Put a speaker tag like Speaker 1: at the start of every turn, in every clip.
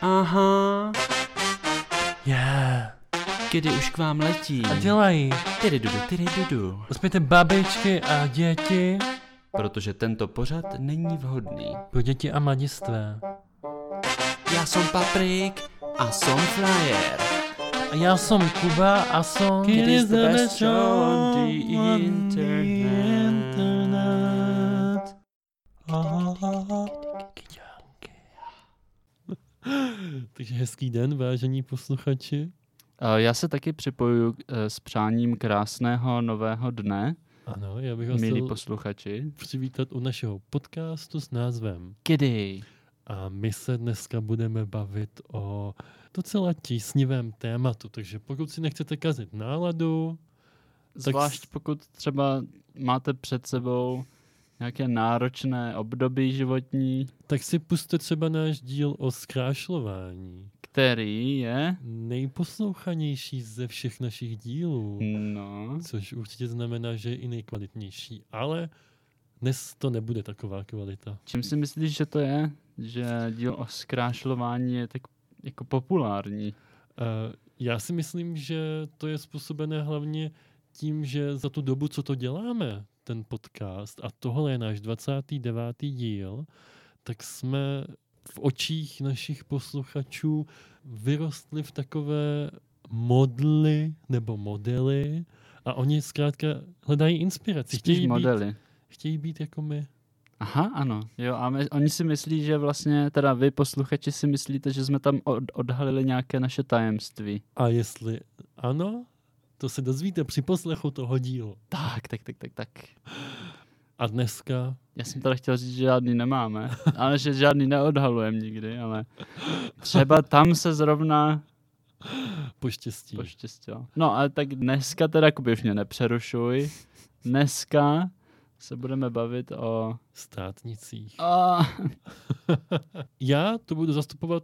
Speaker 1: Aha,
Speaker 2: Yeah.
Speaker 1: kdy už k vám letí.
Speaker 2: A dělají.
Speaker 1: Tyry dudu, tyry dudu.
Speaker 2: Uspějte babičky a děti.
Speaker 1: Protože tento pořad není vhodný.
Speaker 2: Pro děti a mladistvé.
Speaker 1: Já jsem Paprik a jsem Flyer.
Speaker 2: A já jsem Kuba a jsem...
Speaker 1: It is the best show on the internet.
Speaker 2: Takže hezký den, vážení posluchači.
Speaker 1: Já se taky připojuji s přáním krásného nového dne,
Speaker 2: Ano, já bych vás
Speaker 1: milí
Speaker 2: chtěl
Speaker 1: posluchači.
Speaker 2: přivítat u našeho podcastu s názvem
Speaker 1: Kdy?
Speaker 2: A my se dneska budeme bavit o docela tísnivém tématu, takže pokud si nechcete kazit náladu,
Speaker 1: Zvlášť pokud třeba máte před sebou nějaké náročné období životní,
Speaker 2: tak si puste třeba náš díl o zkrášlování.
Speaker 1: který je...
Speaker 2: Nejposlouchanější ze všech našich dílů,
Speaker 1: No,
Speaker 2: což určitě znamená, že je i nejkvalitnější, ale dnes to nebude taková kvalita.
Speaker 1: čím si myslíš, že to je? Že díl o zkrášlování je tak jako populární.
Speaker 2: Eh, Já si myslím, že to je způsobené hlavně tím, že za tu dobu, co to děláme, ten podcast, a tohle je náš 29. díl, tak jsme v očích našich posluchačů vyrostli v takové modly nebo modely a oni zkrátka hledají inspiraci.
Speaker 1: Spíš
Speaker 2: Chtějí být,
Speaker 1: modely.
Speaker 2: chtějí být jako my.
Speaker 1: Aha, ano. Jo, a my, oni si myslí, že vlastně, teda vy posluchači si myslíte, že jsme tam od, odhalili nějaké naše tajemství.
Speaker 2: A jestli ano, to se dozvíte při poslechu toho dílu.
Speaker 1: Tak, tak, tak, tak, tak.
Speaker 2: A dneska
Speaker 1: Já jsem teda chtěl říct, že žádný nemáme, ale že žádný neodhalujeme nikdy, ale třeba tam se zrovna
Speaker 2: poštěstí.
Speaker 1: poštěstilo. No a tak dneska teda, Kubi, už mě nepřerušuj, dneska se budeme bavit o...
Speaker 2: státnicích.
Speaker 1: o
Speaker 2: Já tu budu zastupovat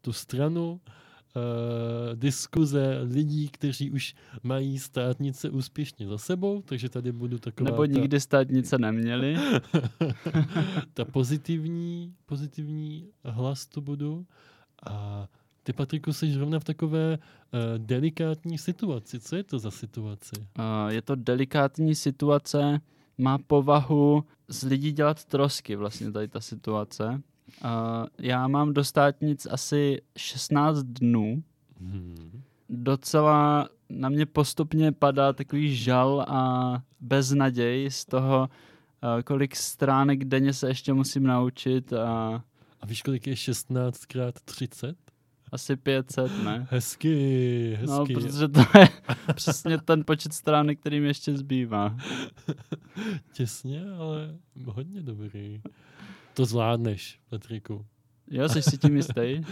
Speaker 2: tu stranu eh, diskuze lidí, kteří už mají státnice úspěšně za sebou, takže tady budu taková
Speaker 1: nebo
Speaker 2: ta,
Speaker 1: nikdy státnice neměli.
Speaker 2: ta pozitivní, pozitivní hlas tu budu a ty, Patriku, jsi zrovna v takové eh, delikátní situaci. Co je to za situaci?
Speaker 1: Uh, je to delikátní situace, má povahu z lidí dělat trosky vlastně tady ta situace. Uh, já mám do státnic asi 16 dnů.
Speaker 2: Hmm.
Speaker 1: Docela na mě postupně padá takový žal a beznaděj z toho, uh, kolik stránek denně se ještě musím naučit a
Speaker 2: A víš, kolik je 16 x 30?
Speaker 1: asi 500, ne?
Speaker 2: Hezky, hezky.
Speaker 1: No, protože to je přesně ten počet stránek, kterým ještě zbývá.
Speaker 2: Těsně, ale hodně dobrý. To zvládneš, Patriku.
Speaker 1: Jo, jsi si tím jistý?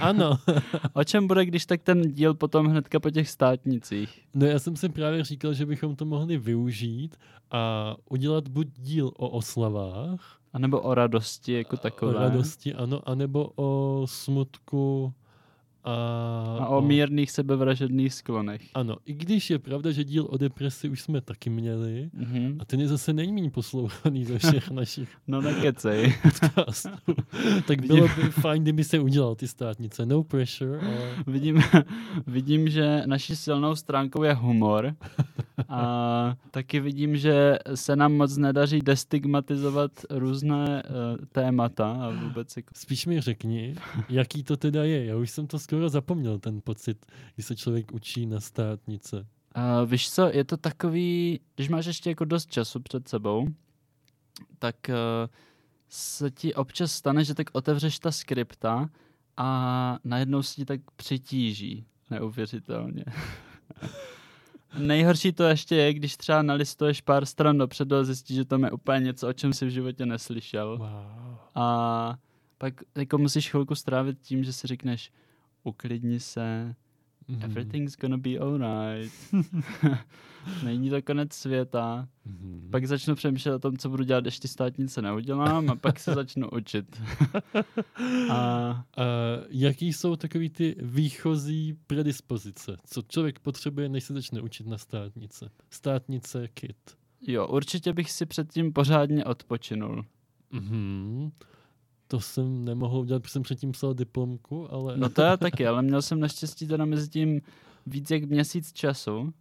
Speaker 2: Ano.
Speaker 1: O čem bude, když tak ten díl potom hnedka po těch státnicích?
Speaker 2: No já jsem si právě říkal, že bychom to mohli využít a udělat buď díl o oslavách,
Speaker 1: A nebo o radosti jako
Speaker 2: o
Speaker 1: takové?
Speaker 2: radosti, ano, anebo o smutku a,
Speaker 1: A o mírných sebevražedných sklonech.
Speaker 2: Ano, i když je pravda, že díl o depresi už jsme taky měli,
Speaker 1: Mhm.
Speaker 2: a ten je zase nejméně poslouchaný ze všech našich
Speaker 1: No nekecej.
Speaker 2: podcastů. tak bylo by fajn, kdyby se udělal ty státnice. No pressure, ale...
Speaker 1: vidím, vidím, že naší silnou stránkou je humor. A taky vidím, že se nám moc nedaří destigmatizovat různé uh, témata a vůbec jako...
Speaker 2: Spíš mi řekni, jaký to teda je. Já už jsem to skoro zapomněl, ten pocit, když se člověk učí na státnice.
Speaker 1: Uh, víš co, je to takový, když máš ještě jako dost času před sebou, tak uh, se ti občas stane, že tak otevřeš ta skripta a najednou se ti tak přitíží, neuvěřitelně. Nejhorší to ještě je, když třeba nalistuješ pár stran dopředu a zjistíš, že tam je úplně něco, o čem si v životě neslyšel.
Speaker 2: Wow.
Speaker 1: A pak jako musíš chvilku strávit tím, že si řekneš, uklidni se,
Speaker 2: Mhm. Hmm.
Speaker 1: Everything's gonna be alright. Není to konec světa.
Speaker 2: Mm-hmm.
Speaker 1: Pak začnu přemýšlet o tom, co budu dělat, když ty státnice neudělám a pak se začnu učit. a
Speaker 2: A jaký jsou takový ty výchozí predispozice, co člověk potřebuje, než se začne učit na státnice? Státnice kit.
Speaker 1: jo, určitě bych si předtím pořádně odpočinul.
Speaker 2: Mm-hmm. To jsem nemohl udělat, protože jsem předtím psal diplomku, ale...
Speaker 1: No to já taky, ale měl jsem naštěstí teda mezi tím víc jak měsíc času,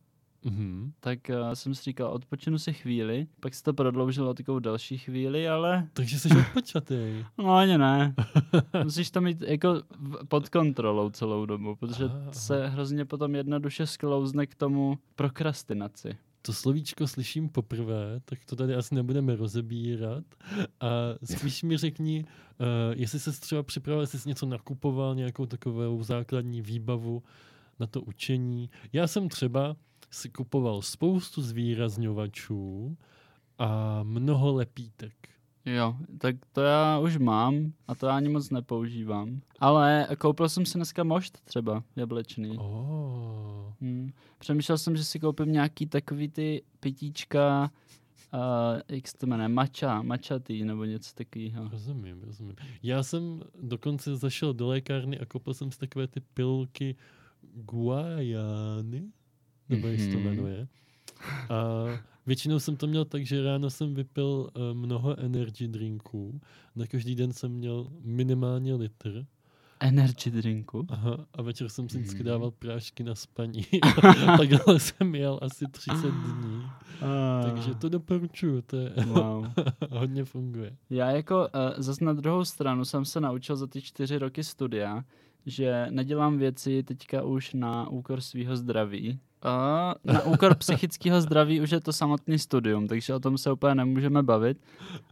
Speaker 2: Mhm.
Speaker 1: tak uh, jsem si říkal, odpočinu si chvíli, pak se to prodloužilo o takovou další chvíli, ale
Speaker 2: Takže jsi odpočatý.
Speaker 1: no ani ne. Musíš to mít jako v- pod kontrolou celou dobu, protože
Speaker 2: Aha, aha.
Speaker 1: se hrozně potom jednoduše sklouzne k tomu prokrastinaci.
Speaker 2: To slovíčko slyším poprvé, tak to tady asi nebudeme rozebírat. A spíš mi řekni, uh, jestli se třeba připravil, jestli jsi něco nakupoval, nějakou takovou základní výbavu na to učení. Já jsem třeba si kupoval spoustu zvýrazňovačů a mnoho lepítek.
Speaker 1: Jo, tak to já už mám a to já ani moc nepoužívám. Ale koupil jsem si dneska mošt třeba, jablečný.
Speaker 2: Oh.
Speaker 1: Hmm. Přemýšlel jsem, že si koupím nějaký takový ty pitíčka, uh, jak se to jmenuje, mača, mačatý nebo něco takového.
Speaker 2: Rozumím, rozumím. Já jsem dokonce zašel do lékárny a koupil jsem si takové ty pilky guajány, nebo jak se to
Speaker 1: Mhm.
Speaker 2: jmenuje. A většinou jsem to měl tak, že ráno jsem vypil eh, mnoho energy drinků. Na každý den jsem měl minimálně litr.
Speaker 1: Energy drinku.
Speaker 2: Aha, a večer jsem si vždycky
Speaker 1: Mhm.
Speaker 2: dával prášky na spaní. Takhle jsem jel asi 30 dní.
Speaker 1: Ah.
Speaker 2: Takže to doporučuju, to je,
Speaker 1: Wow.
Speaker 2: hodně funguje.
Speaker 1: Já jako uh, zase na druhou stranu jsem se naučil za ty čtyři roky studia, že nedělám věci teďka už na úkor svého zdraví. A na úkor psychického zdraví už je to samotný studium, takže o tom se úplně nemůžeme bavit,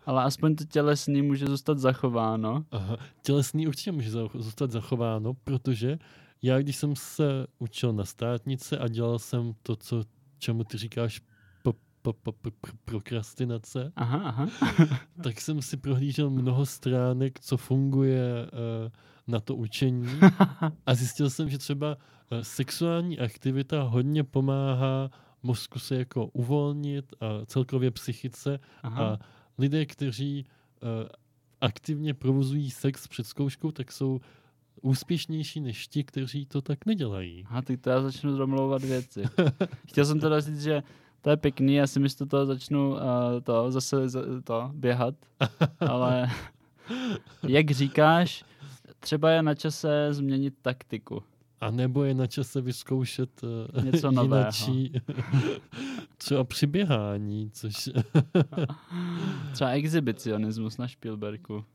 Speaker 1: ale aspoň to tělesný může zůstat zachováno.
Speaker 2: Aha. Tělesný určitě může zao- zůstat zachováno, protože já, když jsem se učil na státnice a dělal jsem to, co, čemu ty říkáš po, po, po, po, pro, prokrastinace,
Speaker 1: Aha, aha.
Speaker 2: tak jsem si prohlížel mnoho stránek, co funguje eh, na to učení a zjistil jsem, že třeba eh, sexuální aktivita hodně pomáhá mozku se jako uvolnit a celkově psychice
Speaker 1: aha.
Speaker 2: a lidé, kteří eh, aktivně provozují sex před zkouškou, tak jsou úspěšnější než ti, kteří to tak nedělají.
Speaker 1: Aha, tak to já začnu domlouvat věci. Chtěl jsem teda říct, že to je pěkný, já si místo toho začnu uh, to, zase za- to, běhat, ale jak říkáš, třeba je na čase změnit taktiku.
Speaker 2: A nebo je na čase vyzkoušet eh,
Speaker 1: Něco nového.
Speaker 2: jinačí, třeba přiběhání, což
Speaker 1: Třeba exhibicionismus na Spielbergu.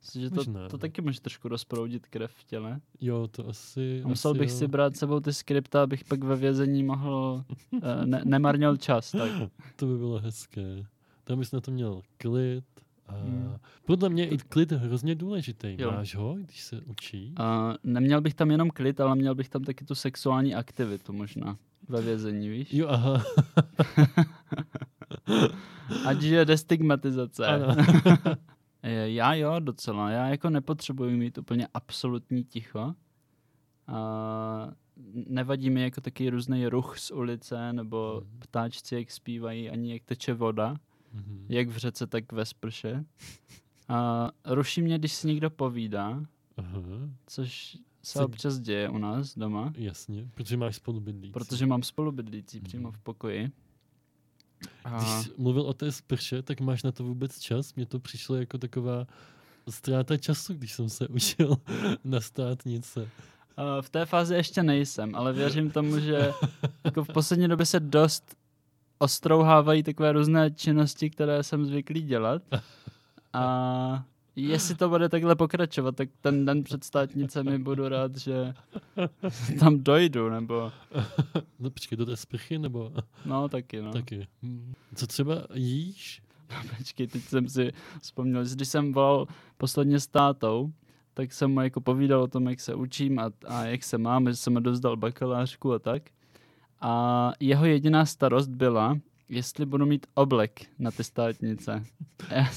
Speaker 1: Myslím, že
Speaker 2: Možná,
Speaker 1: to, to
Speaker 2: no.
Speaker 1: taky může trošku rozproudit krev v těle.
Speaker 2: jo, to asi...
Speaker 1: A musel
Speaker 2: asi
Speaker 1: bych
Speaker 2: jo.
Speaker 1: si brát sebou ty skripta, abych pak ve vězení mohl, eh, ne, nemarnil čas. Tak.
Speaker 2: To by bylo hezké. Tam bys na to měl klid. A
Speaker 1: Hmm.
Speaker 2: Podle mě i klid je hrozně důležitý.
Speaker 1: Jo.
Speaker 2: Máš ho, když se učí?
Speaker 1: A neměl bych tam jenom klid, ale měl bych tam taky tu sexuální aktivitu možná ve vězení, víš?
Speaker 2: Jo, aha.
Speaker 1: Ať je destigmatizace.
Speaker 2: Ano.
Speaker 1: E, Já jo, docela. Já jako nepotřebuji mít úplně absolutní ticho. A nevadí mi jako taky různý ruch z ulice, nebo
Speaker 2: Mhm.
Speaker 1: ptáčci, jak zpívají, ani jak teče voda,
Speaker 2: Mhm.
Speaker 1: jak v řece, tak ve sprše. A ruší mě, když si někdo povídá,
Speaker 2: Aha.
Speaker 1: což se
Speaker 2: Co-
Speaker 1: občas děje u nás doma.
Speaker 2: Jasně, protože máš spolu bydlící.
Speaker 1: Protože mám spolubydlící
Speaker 2: Mhm.
Speaker 1: přímo v pokoji. A
Speaker 2: Když jsi mluvil o té sprše, tak máš na to vůbec čas? Mně to přišlo jako taková ztráta času, když jsem se učil na státnice.
Speaker 1: a v té fázi ještě nejsem, ale věřím tomu, že jako v poslední době se dost ostrouhávají takové různé činnosti, které jsem zvyklý dělat. A jestli to bude takhle pokračovat, tak ten den před státnicemi budu rád, že tam dojdu, nebo
Speaker 2: No počkej, do té sprchy nebo
Speaker 1: no taky no.
Speaker 2: no.
Speaker 1: Tak.
Speaker 2: taky. Hm. Co třeba jíš?
Speaker 1: Počkej, teď jsem si vzpomněl, že když jsem volal posledně s tátou, tak jsem mu jako povídal o tom, jak se učím a, a jak se mám, že jsem dozdal bakalářku a tak. A jeho jediná starost byla, jestli budu mít oblek na ty státnice.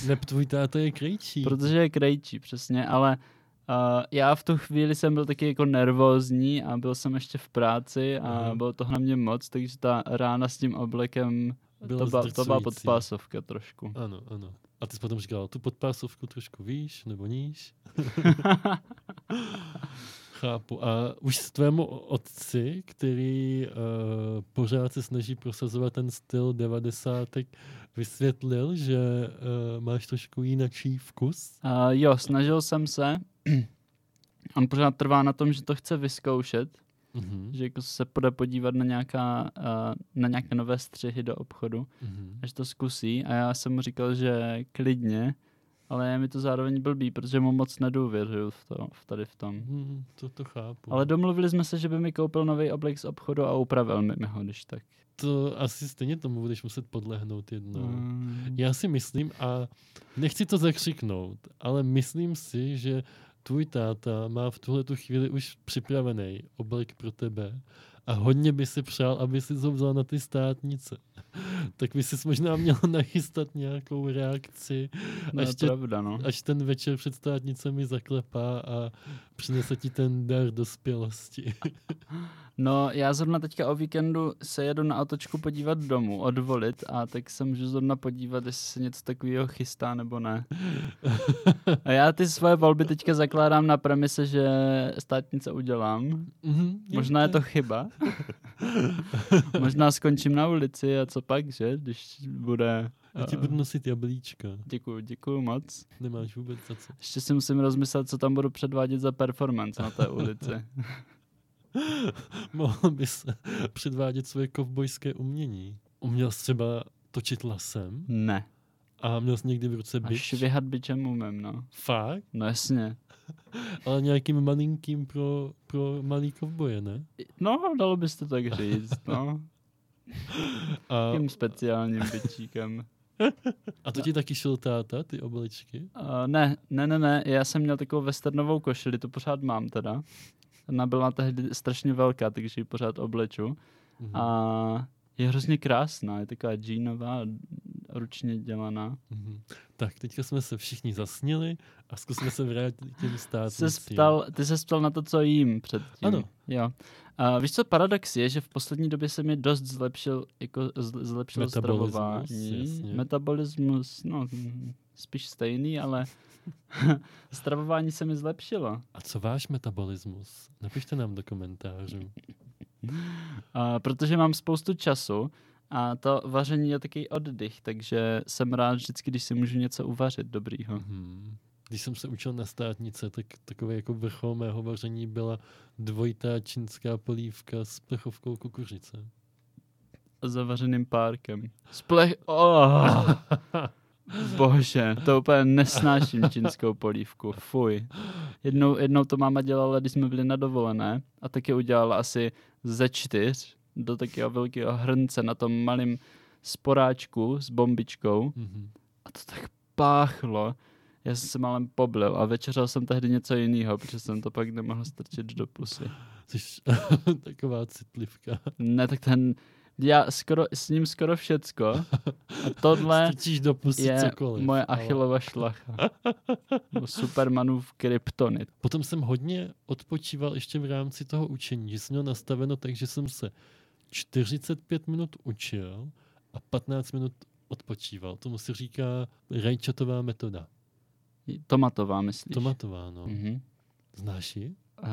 Speaker 2: Neb tvůj táta je krejčí.
Speaker 1: Protože je krejčí, přesně, ale uh, já v tu chvíli jsem byl taky jako nervózní a byl jsem ještě v práci a
Speaker 2: Aha.
Speaker 1: bylo toho na mě moc, takže ta rána s tím oblekem,
Speaker 2: Byla
Speaker 1: to, byla, to byla
Speaker 2: zdrcující.
Speaker 1: podpásovka trošku.
Speaker 2: Ano, ano. A ty jsi potom říkal, tu podpásovku trošku víš nebo níž? chápu. A už s tvému otci, který uh, pořád se snaží prosazovat ten styl devadesátek, vysvětlil, že uh, máš trošku jinačí vkus?
Speaker 1: Uh, jo, snažil jsem se. On pořád trvá na tom, že to chce vyzkoušet,
Speaker 2: Mhm.
Speaker 1: že jako se půjde podívat na, nějaká, uh, na nějaké nové střihy do obchodu,
Speaker 2: Mhm.
Speaker 1: až to zkusí. A já jsem mu říkal, že klidně, ale je mi to zároveň blbý, protože mu moc nedůvěřuju v to, v tady v tom.
Speaker 2: Mhm, To, to chápu.
Speaker 1: Ale domluvili jsme se, že by mi koupil nový oblek z obchodu a upravil mi mi ho, když tak.
Speaker 2: to asi stejně tomu budeš muset podlehnout jednou.
Speaker 1: Mm.
Speaker 2: Já si myslím, a nechci to zakřiknout, ale myslím si, že tvůj táta má v tuhle tu chvíli už připravený oblek pro tebe a hodně by si přál, aby si ho vzal na ty státnice. tak by si možná měl nachystat nějakou reakci,
Speaker 1: No, je
Speaker 2: ještě-
Speaker 1: pravda, no.
Speaker 2: až ten večer před státnicemi zaklepá a přinese ti ten dar dospělosti.
Speaker 1: No, já zrovna teďka o víkendu se jedu na otočku podívat domů, odvolit, a tak se můžu zrovna podívat, jestli se něco takového chystá nebo ne. A já ty svoje volby teďka zakládám na premise, že státnice udělám.
Speaker 2: Mhm, jo,
Speaker 1: Možná je to chyba. Možná skončím na ulici a co pak, že? Když bude...
Speaker 2: Já ti
Speaker 1: eh,
Speaker 2: budu nosit jablíčka.
Speaker 1: Děkuju, děkuju moc.
Speaker 2: Nemáš vůbec za co.
Speaker 1: Ještě si musím rozmyslet, co tam budu předvádět za performance na té ulici.
Speaker 2: Mohl bys předvádět svoje kovbojské umění. Uměl jsi třeba točit lasem
Speaker 1: Ne.
Speaker 2: a měl jsi někdy v ruce
Speaker 1: A
Speaker 2: bič.
Speaker 1: švihat bičem umím, no.
Speaker 2: Fakt?
Speaker 1: No jasně.
Speaker 2: Ale nějakým malinkým pro, pro malý kovboje, ne?
Speaker 1: No, dalo by se to tak říct, no.
Speaker 2: A,
Speaker 1: Tím speciálním bičíkem.
Speaker 2: a to ti taky šel táta, ty obličky?
Speaker 1: Uh, ne, ne, ne, ne, já jsem měl takovou westernovou košili, to pořád mám teda. Ona byla tehdy strašně velká, takže ji pořád obleču.
Speaker 2: Mhm.
Speaker 1: A je hrozně krásná, je taková džínová, ručně dělaná.
Speaker 2: Mhm. Tak, teďka jsme se všichni zasnili a zkusme se vrátit k těm státnicím.
Speaker 1: Se ptal, ty se ptal na to, co jím předtím.
Speaker 2: Ano.
Speaker 1: Jo. A víš co, paradox je, že v poslední době se mi dost zlepšil, jako zl- zlepšilo
Speaker 2: Metabolismus,
Speaker 1: stravování.
Speaker 2: jasně.
Speaker 1: Metabolismus, no, mm, spíš stejný, ale stravování se mi zlepšilo.
Speaker 2: A co váš metabolismus? Napište nám do komentářů.
Speaker 1: A protože mám spoustu času a to vaření je taky oddych, takže jsem rád vždycky, když si můžu něco uvařit dobrýho.
Speaker 2: Mhm. Když jsem se učil na státnice, tak takový jako vrchol mého vaření byla dvojitá čínská polívka s plechovkou kukuřice.
Speaker 1: A zavařeným párkem. Splech... Oh! Bože, to úplně nesnáším čínskou polívku, fuj. Jednou, jednou to máma dělala, když jsme byli na dovolené a taky udělala asi ze čtyř do takého velkého hrnce na tom malém sporáčku s bombičkou
Speaker 2: Mhm.
Speaker 1: a to tak páchlo. Já jsem se málem poblil a večeřel jsem tehdy něco jiného, protože jsem to pak nemohl strčit do pusy.
Speaker 2: Což taková citlivka.
Speaker 1: Ne, tak ten, já skoro, s ním skoro všecko a tohle
Speaker 2: Strčíš do pusy
Speaker 1: je
Speaker 2: cokoliv.
Speaker 1: moje
Speaker 2: ale-
Speaker 1: achilová šlacha. Nebo Supermanův kryptonit.
Speaker 2: Potom jsem hodně odpočíval ještě v rámci toho učení, že jsem měl nastaveno tak, že jsem se 45 minut učil a 15 minut odpočíval. Tomu se říká rajčatová metoda.
Speaker 1: Tomatová, myslíš?
Speaker 2: Tomatová, no.
Speaker 1: Mhm.
Speaker 2: Znáš ji?
Speaker 1: Uh,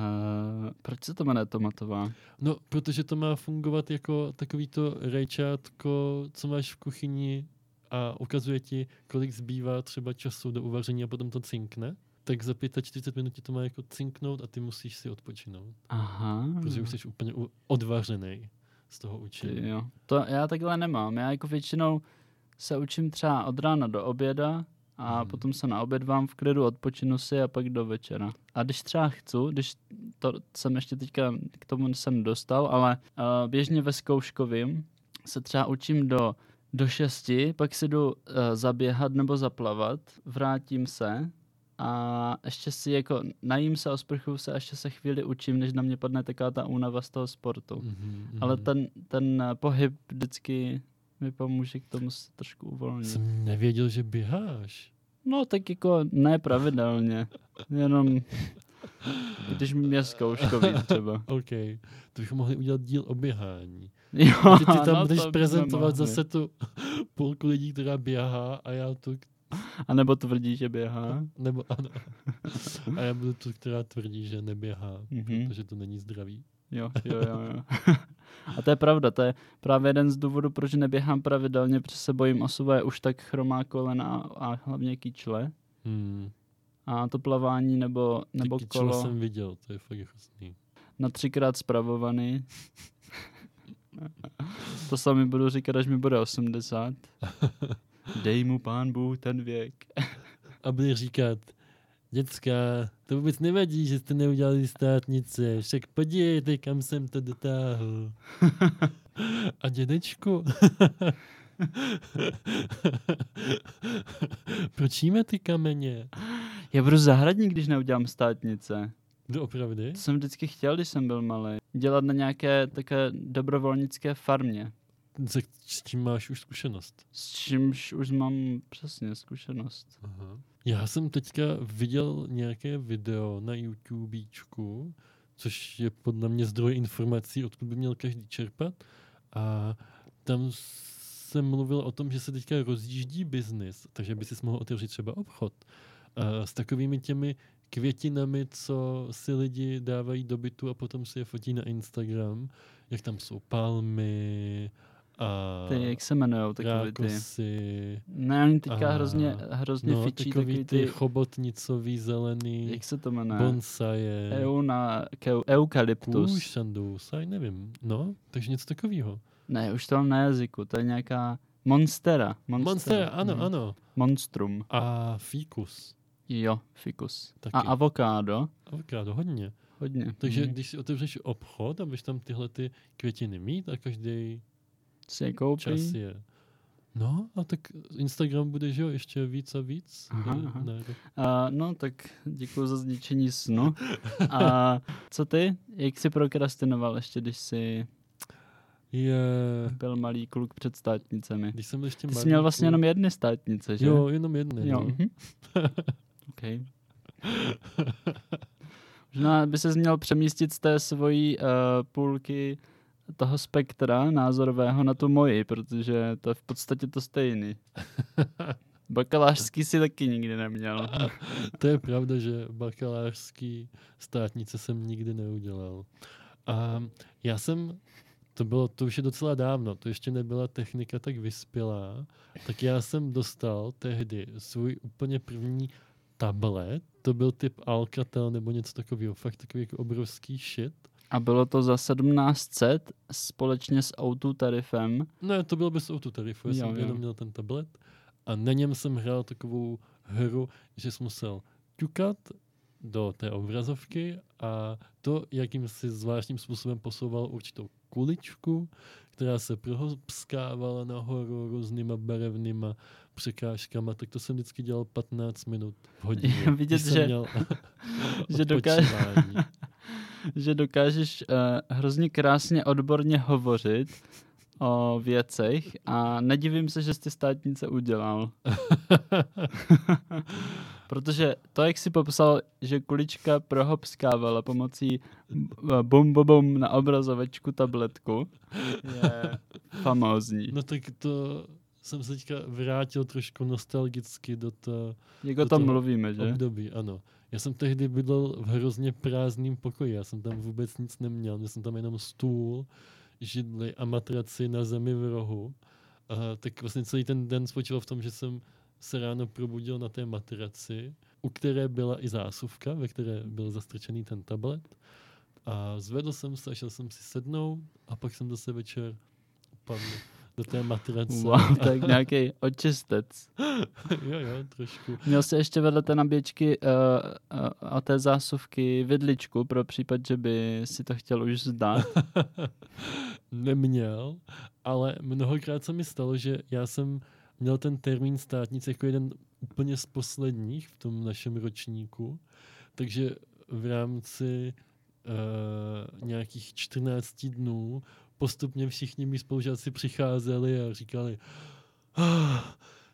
Speaker 1: proč se to jmenuje tomatová?
Speaker 2: No, protože to má fungovat jako takový to rajčátko, co máš v kuchyni a ukazuje ti, kolik zbývá třeba času do uvaření a potom to cinkne. Tak za 45 minut ti to má jako cinknout a ty musíš si odpočinout,
Speaker 1: Aha.
Speaker 2: protože už jsi úplně u- odvařený z toho
Speaker 1: Ty
Speaker 2: učení.
Speaker 1: jo. To já takhle nemám. Já jako většinou se učím třeba od rána do oběda a
Speaker 2: Mhm.
Speaker 1: potom se na oběd vám v klidu odpočinu si a pak do večera. A když třeba chci, když to jsem ještě teďka k tomu jsem dostal, ale uh, běžně ve zkouškovým se třeba učím do, do šesti, pak si jdu uh, zaběhat nebo zaplavat, vrátím se a ještě si jako najím se, osprchuju se a ještě se chvíli učím, než na mě padne taková ta únava z toho sportu.
Speaker 2: Mhm, mhm.
Speaker 1: Ale ten, ten eh, pohyb vždycky mi pomůže k tomu se trošku uvolnit.
Speaker 2: Jsem nevěděl, že běháš.
Speaker 1: No tak jako ne pravidelně, jenom když mi mě zkouškový třeba.
Speaker 2: OK, to bychom mohli udělat díl o běhání.
Speaker 1: Jo,
Speaker 2: Ty, ty tam
Speaker 1: no,
Speaker 2: budeš
Speaker 1: to bychom
Speaker 2: prezentovat
Speaker 1: mohli.
Speaker 2: zase tu půlku lidí, která běhá a já tu,
Speaker 1: A nebo tvrdí, že běhá.
Speaker 2: Nebo No, ano. A já budu tu, která tvrdí, že neběhá,
Speaker 1: Mhm.
Speaker 2: protože to není zdravý.
Speaker 1: Jo, jo, jo. jo. A to je pravda, to je právě jeden z důvodů, proč neběhám pravidelně, protože se bojím o své už tak chromá kolena a, a hlavně kýčle.
Speaker 2: Hmm.
Speaker 1: A to plavání nebo, nebo
Speaker 2: Taky čelo
Speaker 1: kolo
Speaker 2: jsem viděl, to je fakt hrozný.
Speaker 1: na třikrát spravovaný. to sami budu říkat, až mi bude 80. Dej mu pán Bůh ten věk.
Speaker 2: A bude říkat, děcka, to vůbec nevadí, že jste neudělali státnice, však podívejte, kam jsem to dotáhl. A dědečku, proč jíme ty kameně?
Speaker 1: Já budu zahradník, když neudělám státnice.
Speaker 2: Doopravdy?
Speaker 1: To jsem vždycky chtěl, když jsem byl malý. Dělat na nějaké také dobrovolnické farmě,
Speaker 2: Se- S tím máš už zkušenost.
Speaker 1: s čímž už mám přesně zkušenost.
Speaker 2: Aha. Já jsem teďka viděl nějaké video na YouTubečku, což je podle mě zdroj informací, odkud by měl každý čerpat. A tam jsem mluvil o tom, že se teďka rozjíždí biznis, takže by si mohl otevřít třeba obchod eh, s takovými těmi květinami, co si lidi dávají do bytu a potom si je fotí na Instagram, jak tam jsou palmy a jako
Speaker 1: Ty, jak se jmenují takový ty?
Speaker 2: rákosy.
Speaker 1: Ne, oni teďka
Speaker 2: Aha.
Speaker 1: hrozně, hrozně
Speaker 2: No,
Speaker 1: fičí
Speaker 2: takový ty
Speaker 1: ty,
Speaker 2: chobotnicový, zelený,
Speaker 1: jak se to jmenuje? Eh,
Speaker 2: bonsaje,
Speaker 1: Eu na keu, eukalyptus.
Speaker 2: kůž, sandusaj, nevím. No, takže něco takového.
Speaker 1: Ne, už to mám na jazyku, to je nějaká monstera. Monstera,
Speaker 2: Monster, ano,
Speaker 1: Mhm.
Speaker 2: ano.
Speaker 1: Monstrum.
Speaker 2: A fíkus.
Speaker 1: Jo, fikus.
Speaker 2: Taky.
Speaker 1: A avokádo?
Speaker 2: Avokádo, hodně.
Speaker 1: Hodně.
Speaker 2: Takže
Speaker 1: Mhm.
Speaker 2: když si otevřeš obchod a budeš tam tyhle ty květiny mít a každý
Speaker 1: si je
Speaker 2: čas
Speaker 1: koupí.
Speaker 2: je. No, a tak Instagram bude, že jo, ještě víc a víc.
Speaker 1: Aha,
Speaker 2: Eh,
Speaker 1: aha.
Speaker 2: ne, tak-
Speaker 1: A, no, tak děkuji za zničení snu. A co ty? Jak jsi prokrastinoval ještě, když jsi
Speaker 2: Je,
Speaker 1: byl malý kluk před státnicemi?
Speaker 2: když jsem byl ještě
Speaker 1: Ty jsi
Speaker 2: malý
Speaker 1: měl vlastně
Speaker 2: kluk-
Speaker 1: jenom jedny státnice, že?
Speaker 2: Jo, jenom jedné.
Speaker 1: jo.
Speaker 2: No.
Speaker 1: mhm. OK. Možná by se měl přemístit z té svojí uh, půlky toho spektra názorového na tu moji, protože to je v podstatě to stejný. Bakalářský si taky nikdy neměl.
Speaker 2: To je pravda, že bakalářský státnice jsem nikdy neudělal. A já jsem, to bylo, to už je docela dávno, to ještě nebyla technika tak vyspělá, tak já jsem dostal tehdy svůj úplně první tablet, to byl typ Alcatel nebo něco takového, fakt takový jako obrovský shit.
Speaker 1: A bylo to za 1700 společně s Outu tarifem.
Speaker 2: Ne, to bylo bez auto tarifu, já
Speaker 1: Jo,
Speaker 2: jsem
Speaker 1: jo.
Speaker 2: jenom měl ten tablet a na něm jsem hrál takovou hru, že jsem musel ťukat do té obrazovky a to, jakým si zvláštním způsobem posouval určitou kuličku, která se prohopskávala nahoru různýma barevnýma překážkama, tak to jsem vždycky dělal 15 minut v hodině.
Speaker 1: Je vidět,
Speaker 2: když jsem
Speaker 1: že-
Speaker 2: měl
Speaker 1: že dokáže-
Speaker 2: odpočívání.
Speaker 1: Že dokážeš uh, hrozně krásně odborně hovořit o věcech a nedivím se, že jsi ty státnice udělal. Protože to, jak jsi popsal, že kulička prohopskávala pomocí b- bum bum bum na obrazovečku tabletku, je famózní.
Speaker 2: No tak to jsem se teďka vrátil trošku nostalgicky do toho
Speaker 1: Jak o tom
Speaker 2: to toho
Speaker 1: Jako mluvíme, že?
Speaker 2: období, ano. Já jsem tehdy bydlel v hrozně prázdném pokoji, já jsem tam vůbec nic neměl, měl jsem tam jenom stůl, židli a matraci na zemi v rohu. A, tak vlastně celý ten den spočíval v tom, že jsem se ráno probudil na té matraci, u které byla i zásuvka, ve které byl zastrčený ten tablet. A zvedl jsem se a šel jsem si sednout a pak jsem zase večer upadl do té matrace.
Speaker 1: Wow, tak nějaký očistec.
Speaker 2: jo, jo, trošku.
Speaker 1: Měl jsi ještě vedle té nabíječky uh, uh, a té zásuvky vidličku pro případ, že by si to chtěl už zdát.
Speaker 2: neměl, ale mnohokrát se mi stalo, že já jsem měl ten termín státnice jako jeden úplně z posledních v tom našem ročníku, takže v rámci uh, nějakých 14 dnů postupně všichni mý spolužáci přicházeli a říkali ah,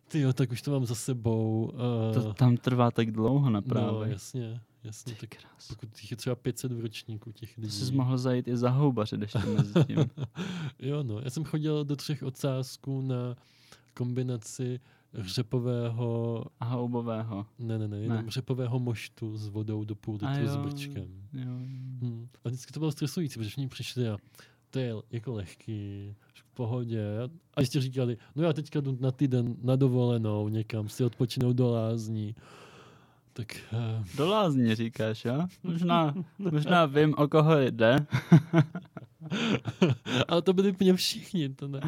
Speaker 2: ty jo, tak už to mám za sebou. Uh,
Speaker 1: To tam trvá tak dlouho naprávě.
Speaker 2: no, jasně, jasně.
Speaker 1: Ty
Speaker 2: Tak
Speaker 1: krás.
Speaker 2: pokud jich je třeba 500 v ročníku těch
Speaker 1: To
Speaker 2: lidí.
Speaker 1: jsi mohl zajít i za houbaři, když to mezi tím.
Speaker 2: Jo, no. Já jsem chodil do třech ocázků na kombinaci řepového,
Speaker 1: A houbového.
Speaker 2: ne, ne, ne, jenom
Speaker 1: Ne.
Speaker 2: řepového moštu s vodou do půl
Speaker 1: A
Speaker 2: litru s
Speaker 1: jo.
Speaker 2: brčkem.
Speaker 1: Jo.
Speaker 2: Hmm. A vždycky to bylo stresující, protože všichni přišli a to je jako lehký, v pohodě. A ještě říkali, no já teďka jdu na týden na dovolenou někam, si odpočinou do lázní. Tak eh,
Speaker 1: Do lázně říkáš, jo? Možná, možná vím, o koho jde.
Speaker 2: ale to byli mě všichni, to ne.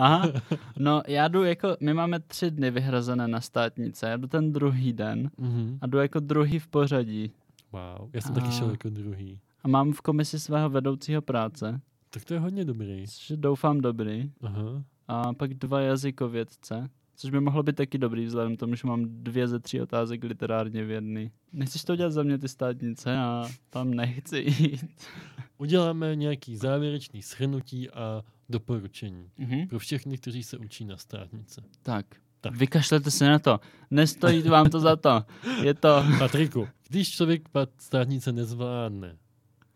Speaker 1: Aha. No já jdu jako, my máme tři dny vyhrazené na státnice, já jdu ten druhý den
Speaker 2: Mhm.
Speaker 1: a jdu jako druhý v pořadí.
Speaker 2: Wow, já jsem taky šel
Speaker 1: A-
Speaker 2: jako druhý.
Speaker 1: A mám v komisi svého vedoucího práce,
Speaker 2: Tak to je hodně dobrý.
Speaker 1: což je doufám dobrý.
Speaker 2: Aha.
Speaker 1: A pak dva jazykovědce, což by mohlo být taky dobrý, vzhledem k tomu, že mám dvě ze tří otázek literárně v jedný. Nechceš to dělat za mě ty státnice a tam nechci jít.
Speaker 2: Uděláme nějaký závěrečný shrnutí a doporučení
Speaker 1: Mhm.
Speaker 2: pro všechny, kteří se učí na státnice.
Speaker 1: Tak.
Speaker 2: Tak.
Speaker 1: Vykašlete se na to. Nestojí vám to za to. Je to...
Speaker 2: Patriku, když člověk pat- státnice nezvládne,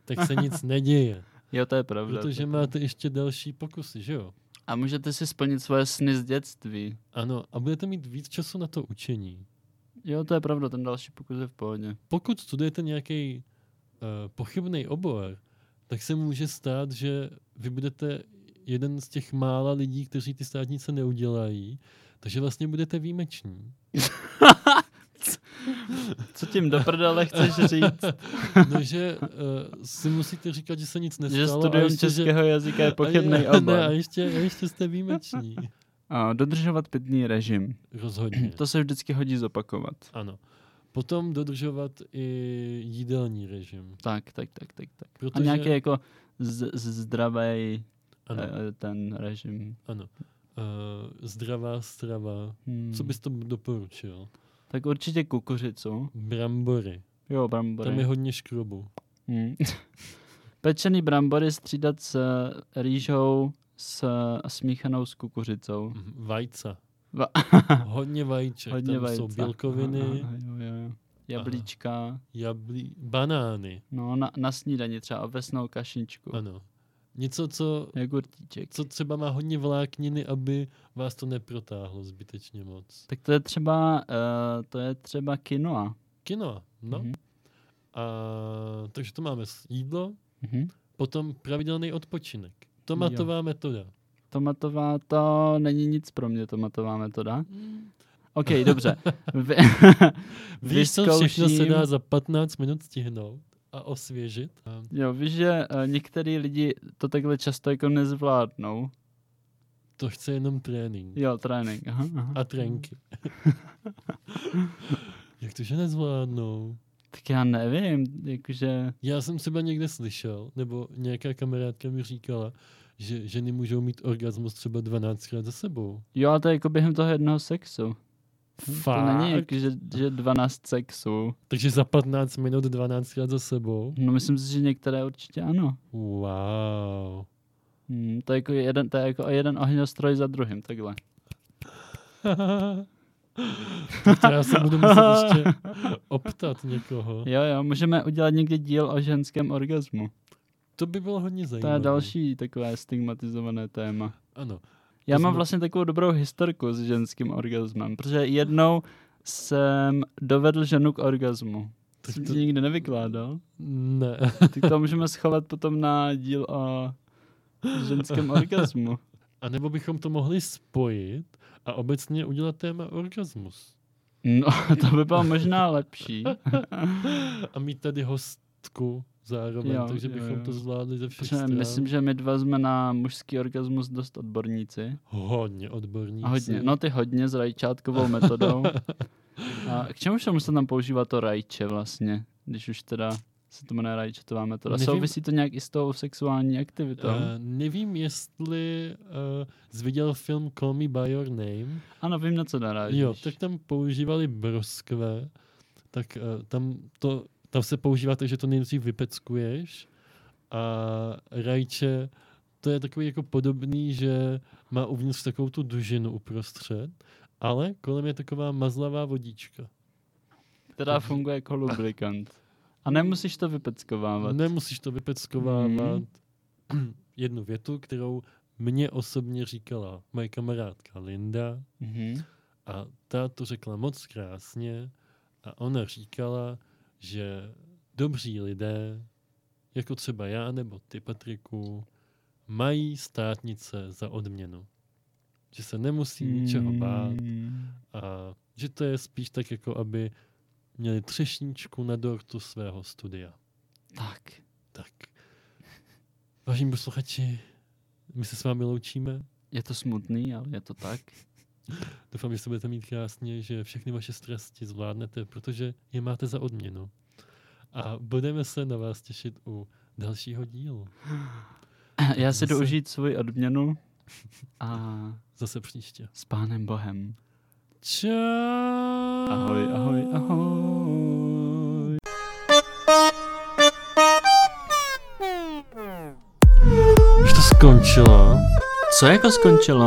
Speaker 2: tak se nic neděje,
Speaker 1: Jo, to je pravda.
Speaker 2: protože máte ještě další pokusy, že jo?
Speaker 1: A můžete si splnit svoje sny z dětství.
Speaker 2: Ano, a budete mít víc času na to učení.
Speaker 1: Jo, to je pravda, ten další pokus je v pohodě.
Speaker 2: Pokud studujete nějaký uh, pochybný obor, tak se může stát, že vy budete jeden z těch mála lidí, kteří ty státnice neudělají, takže vlastně budete výjimeční.
Speaker 1: Co tím do prdele chceš říct?
Speaker 2: No, že uh, si musíte říkat, že se nic nestalo.
Speaker 1: že
Speaker 2: a
Speaker 1: studium
Speaker 2: ještě, že...
Speaker 1: českého jazyka je
Speaker 2: a
Speaker 1: pochybný
Speaker 2: je- Ne, a
Speaker 1: obor.
Speaker 2: ještě, a ještě jste výjimeční.
Speaker 1: A dodržovat pitný režim.
Speaker 2: Rozhodně.
Speaker 1: To se vždycky hodí zopakovat.
Speaker 2: Ano. Potom dodržovat i jídelní režim.
Speaker 1: Tak, tak, tak, tak, tak. A
Speaker 2: Protože-
Speaker 1: nějaký jako z- z- zdravý
Speaker 2: Ano,
Speaker 1: eh, ten režim.
Speaker 2: ano. Uh, zdravá strava.
Speaker 1: Hmm.
Speaker 2: Co bys to doporučil?
Speaker 1: Tak určitě kukuřicu.
Speaker 2: Brambory.
Speaker 1: Jo, brambory.
Speaker 2: Tam je hodně škrobu.
Speaker 1: Hmm. Pečený brambory střídat s rýžou s smíchanou s kukuřicou.
Speaker 2: Mhm, Vajca.
Speaker 1: Va-
Speaker 2: hodně vajíček.
Speaker 1: Hodně
Speaker 2: Tam
Speaker 1: vajec.
Speaker 2: jsou bílkoviny,
Speaker 1: jo, jo, jo. Jablíčka.
Speaker 2: jablí, banány.
Speaker 1: No, na, na snídani třeba ovesnou kašičku.
Speaker 2: Ano. Něco, co,
Speaker 1: Jogurtíček.
Speaker 2: co třeba má hodně vlákniny, aby vás to neprotáhlo zbytečně moc.
Speaker 1: Tak to je třeba, uh, to je třeba kinoa.
Speaker 2: Kino, no.
Speaker 1: Mhm.
Speaker 2: A, takže to máme s- jídlo,
Speaker 1: Mhm.
Speaker 2: Potom pravidelný odpočinek. Tomatová jo. metoda.
Speaker 1: Tomatová, to není nic pro mě, tomatová metoda. OK, dobře. Vy,
Speaker 2: Víš, co všechno se
Speaker 1: vyzkouším-
Speaker 2: dá za 15 minut stihnout a osvěžit? A
Speaker 1: Jo, víš, že uh, některý lidi to takhle často jako nezvládnou.
Speaker 2: to chce jenom trénink
Speaker 1: Jo, trénink. Aha, aha.
Speaker 2: a trenky. Jak to, že nezvládnou?
Speaker 1: Tak já nevím, jakože...
Speaker 2: Já jsem třeba někde slyšel, nebo nějaká kamarádka mi říkala, že ženy můžou mít orgasmus třeba 12krát za sebou.
Speaker 1: Jo, ale to je jako během toho jednoho sexu.
Speaker 2: Fakt?
Speaker 1: Hm, To není jako, že, že 12 sexů.
Speaker 2: Takže za 15 minut 12krát za sebou?
Speaker 1: No myslím si, že některé určitě ano.
Speaker 2: Wow.
Speaker 1: Hmm, to, je jako jeden, to je jako jeden ohňostroj za druhým, takhle.
Speaker 2: tak to já se budu muset ještě optat někoho.
Speaker 1: Jo, jo, můžeme udělat někdy díl o ženském orgasmu.
Speaker 2: To by bylo hodně
Speaker 1: To
Speaker 2: zajímavé.
Speaker 1: je další takové stigmatizované téma.
Speaker 2: Ano.
Speaker 1: Já
Speaker 2: To
Speaker 1: mám
Speaker 2: jsme-
Speaker 1: vlastně takovou dobrou historku s ženským orgasmem, protože jednou jsem dovedl ženu k orgasmu. To
Speaker 2: Tak
Speaker 1: jsem
Speaker 2: to-
Speaker 1: ti nikdy nevykládal.
Speaker 2: Ne.
Speaker 1: Tak to můžeme schovat potom na díl o ženském orgasmu.
Speaker 2: A nebo bychom to mohli spojit a obecně udělat téma orgasmus.
Speaker 1: No, to by bylo možná lepší.
Speaker 2: A mít tady hostku zároveň,
Speaker 1: Jo,
Speaker 2: jo, takže
Speaker 1: jo,
Speaker 2: bychom
Speaker 1: jo.
Speaker 2: to zvládli ze všech
Speaker 1: Protože
Speaker 2: stran.
Speaker 1: myslím, že my dva jsme na mužský orgasmus dost odborníci.
Speaker 2: Hodně odborníci.
Speaker 1: A hodně. No ty hodně s rajčátkovou metodou. A k čemu všemu se tam používá to rajče vlastně? Když už teda se to jmenuje rajčatová metoda.
Speaker 2: Nevím.
Speaker 1: Souvisí to nějak i s tou sexuální aktivitou?
Speaker 2: Uh, nevím, jestli uh, jsi viděl film Call Me By Your Name,
Speaker 1: Ano, no, vím, na co narážíš.
Speaker 2: Jo, tak tam používali broskve, tak eh, tam, to, tam se používá tak, že to nejdřív vypeckuješ a rajče, to je takový jako podobný, že má uvnitř takovou tu dužinu uprostřed, ale kolem je taková mazlavá vodička.
Speaker 1: Která funguje jako lubrikant. A nemusíš to vypeckovávat.
Speaker 2: Nemusíš to vypeckovávat. Jednu větu, kterou mě osobně říkala moje kamarádka Linda,
Speaker 1: Mhm.
Speaker 2: A ta to řekla moc krásně a ona říkala, že dobří lidé, jako třeba já nebo ty, Patriku, mají státnice za odměnu. Že se nemusí
Speaker 1: Mm.
Speaker 2: ničeho
Speaker 1: Hmm.
Speaker 2: bát a že to je spíš tak, jako aby měli třešničku na dortu svého studia.
Speaker 1: Tak.
Speaker 2: Tak. Vážení posluchači, my se s vámi loučíme.
Speaker 1: Je to smutný, ale je to tak.
Speaker 2: Doufám, že se budete mít krásně, že všechny vaše stresy zvládnete, protože je máte za odměnu. A budeme se na vás těšit u dalšího dílu.
Speaker 1: Já si
Speaker 2: Zase.
Speaker 1: jdu užít svoji odměnu a
Speaker 2: Zase příště.
Speaker 1: s pánem Bohem.
Speaker 2: Čau!
Speaker 1: Ahoj, ahoj, ahoj.
Speaker 2: Už to skončilo.
Speaker 1: Co jako skončilo?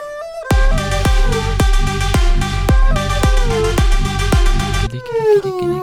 Speaker 1: Kdy, kdy, kdy, kdy, kdy.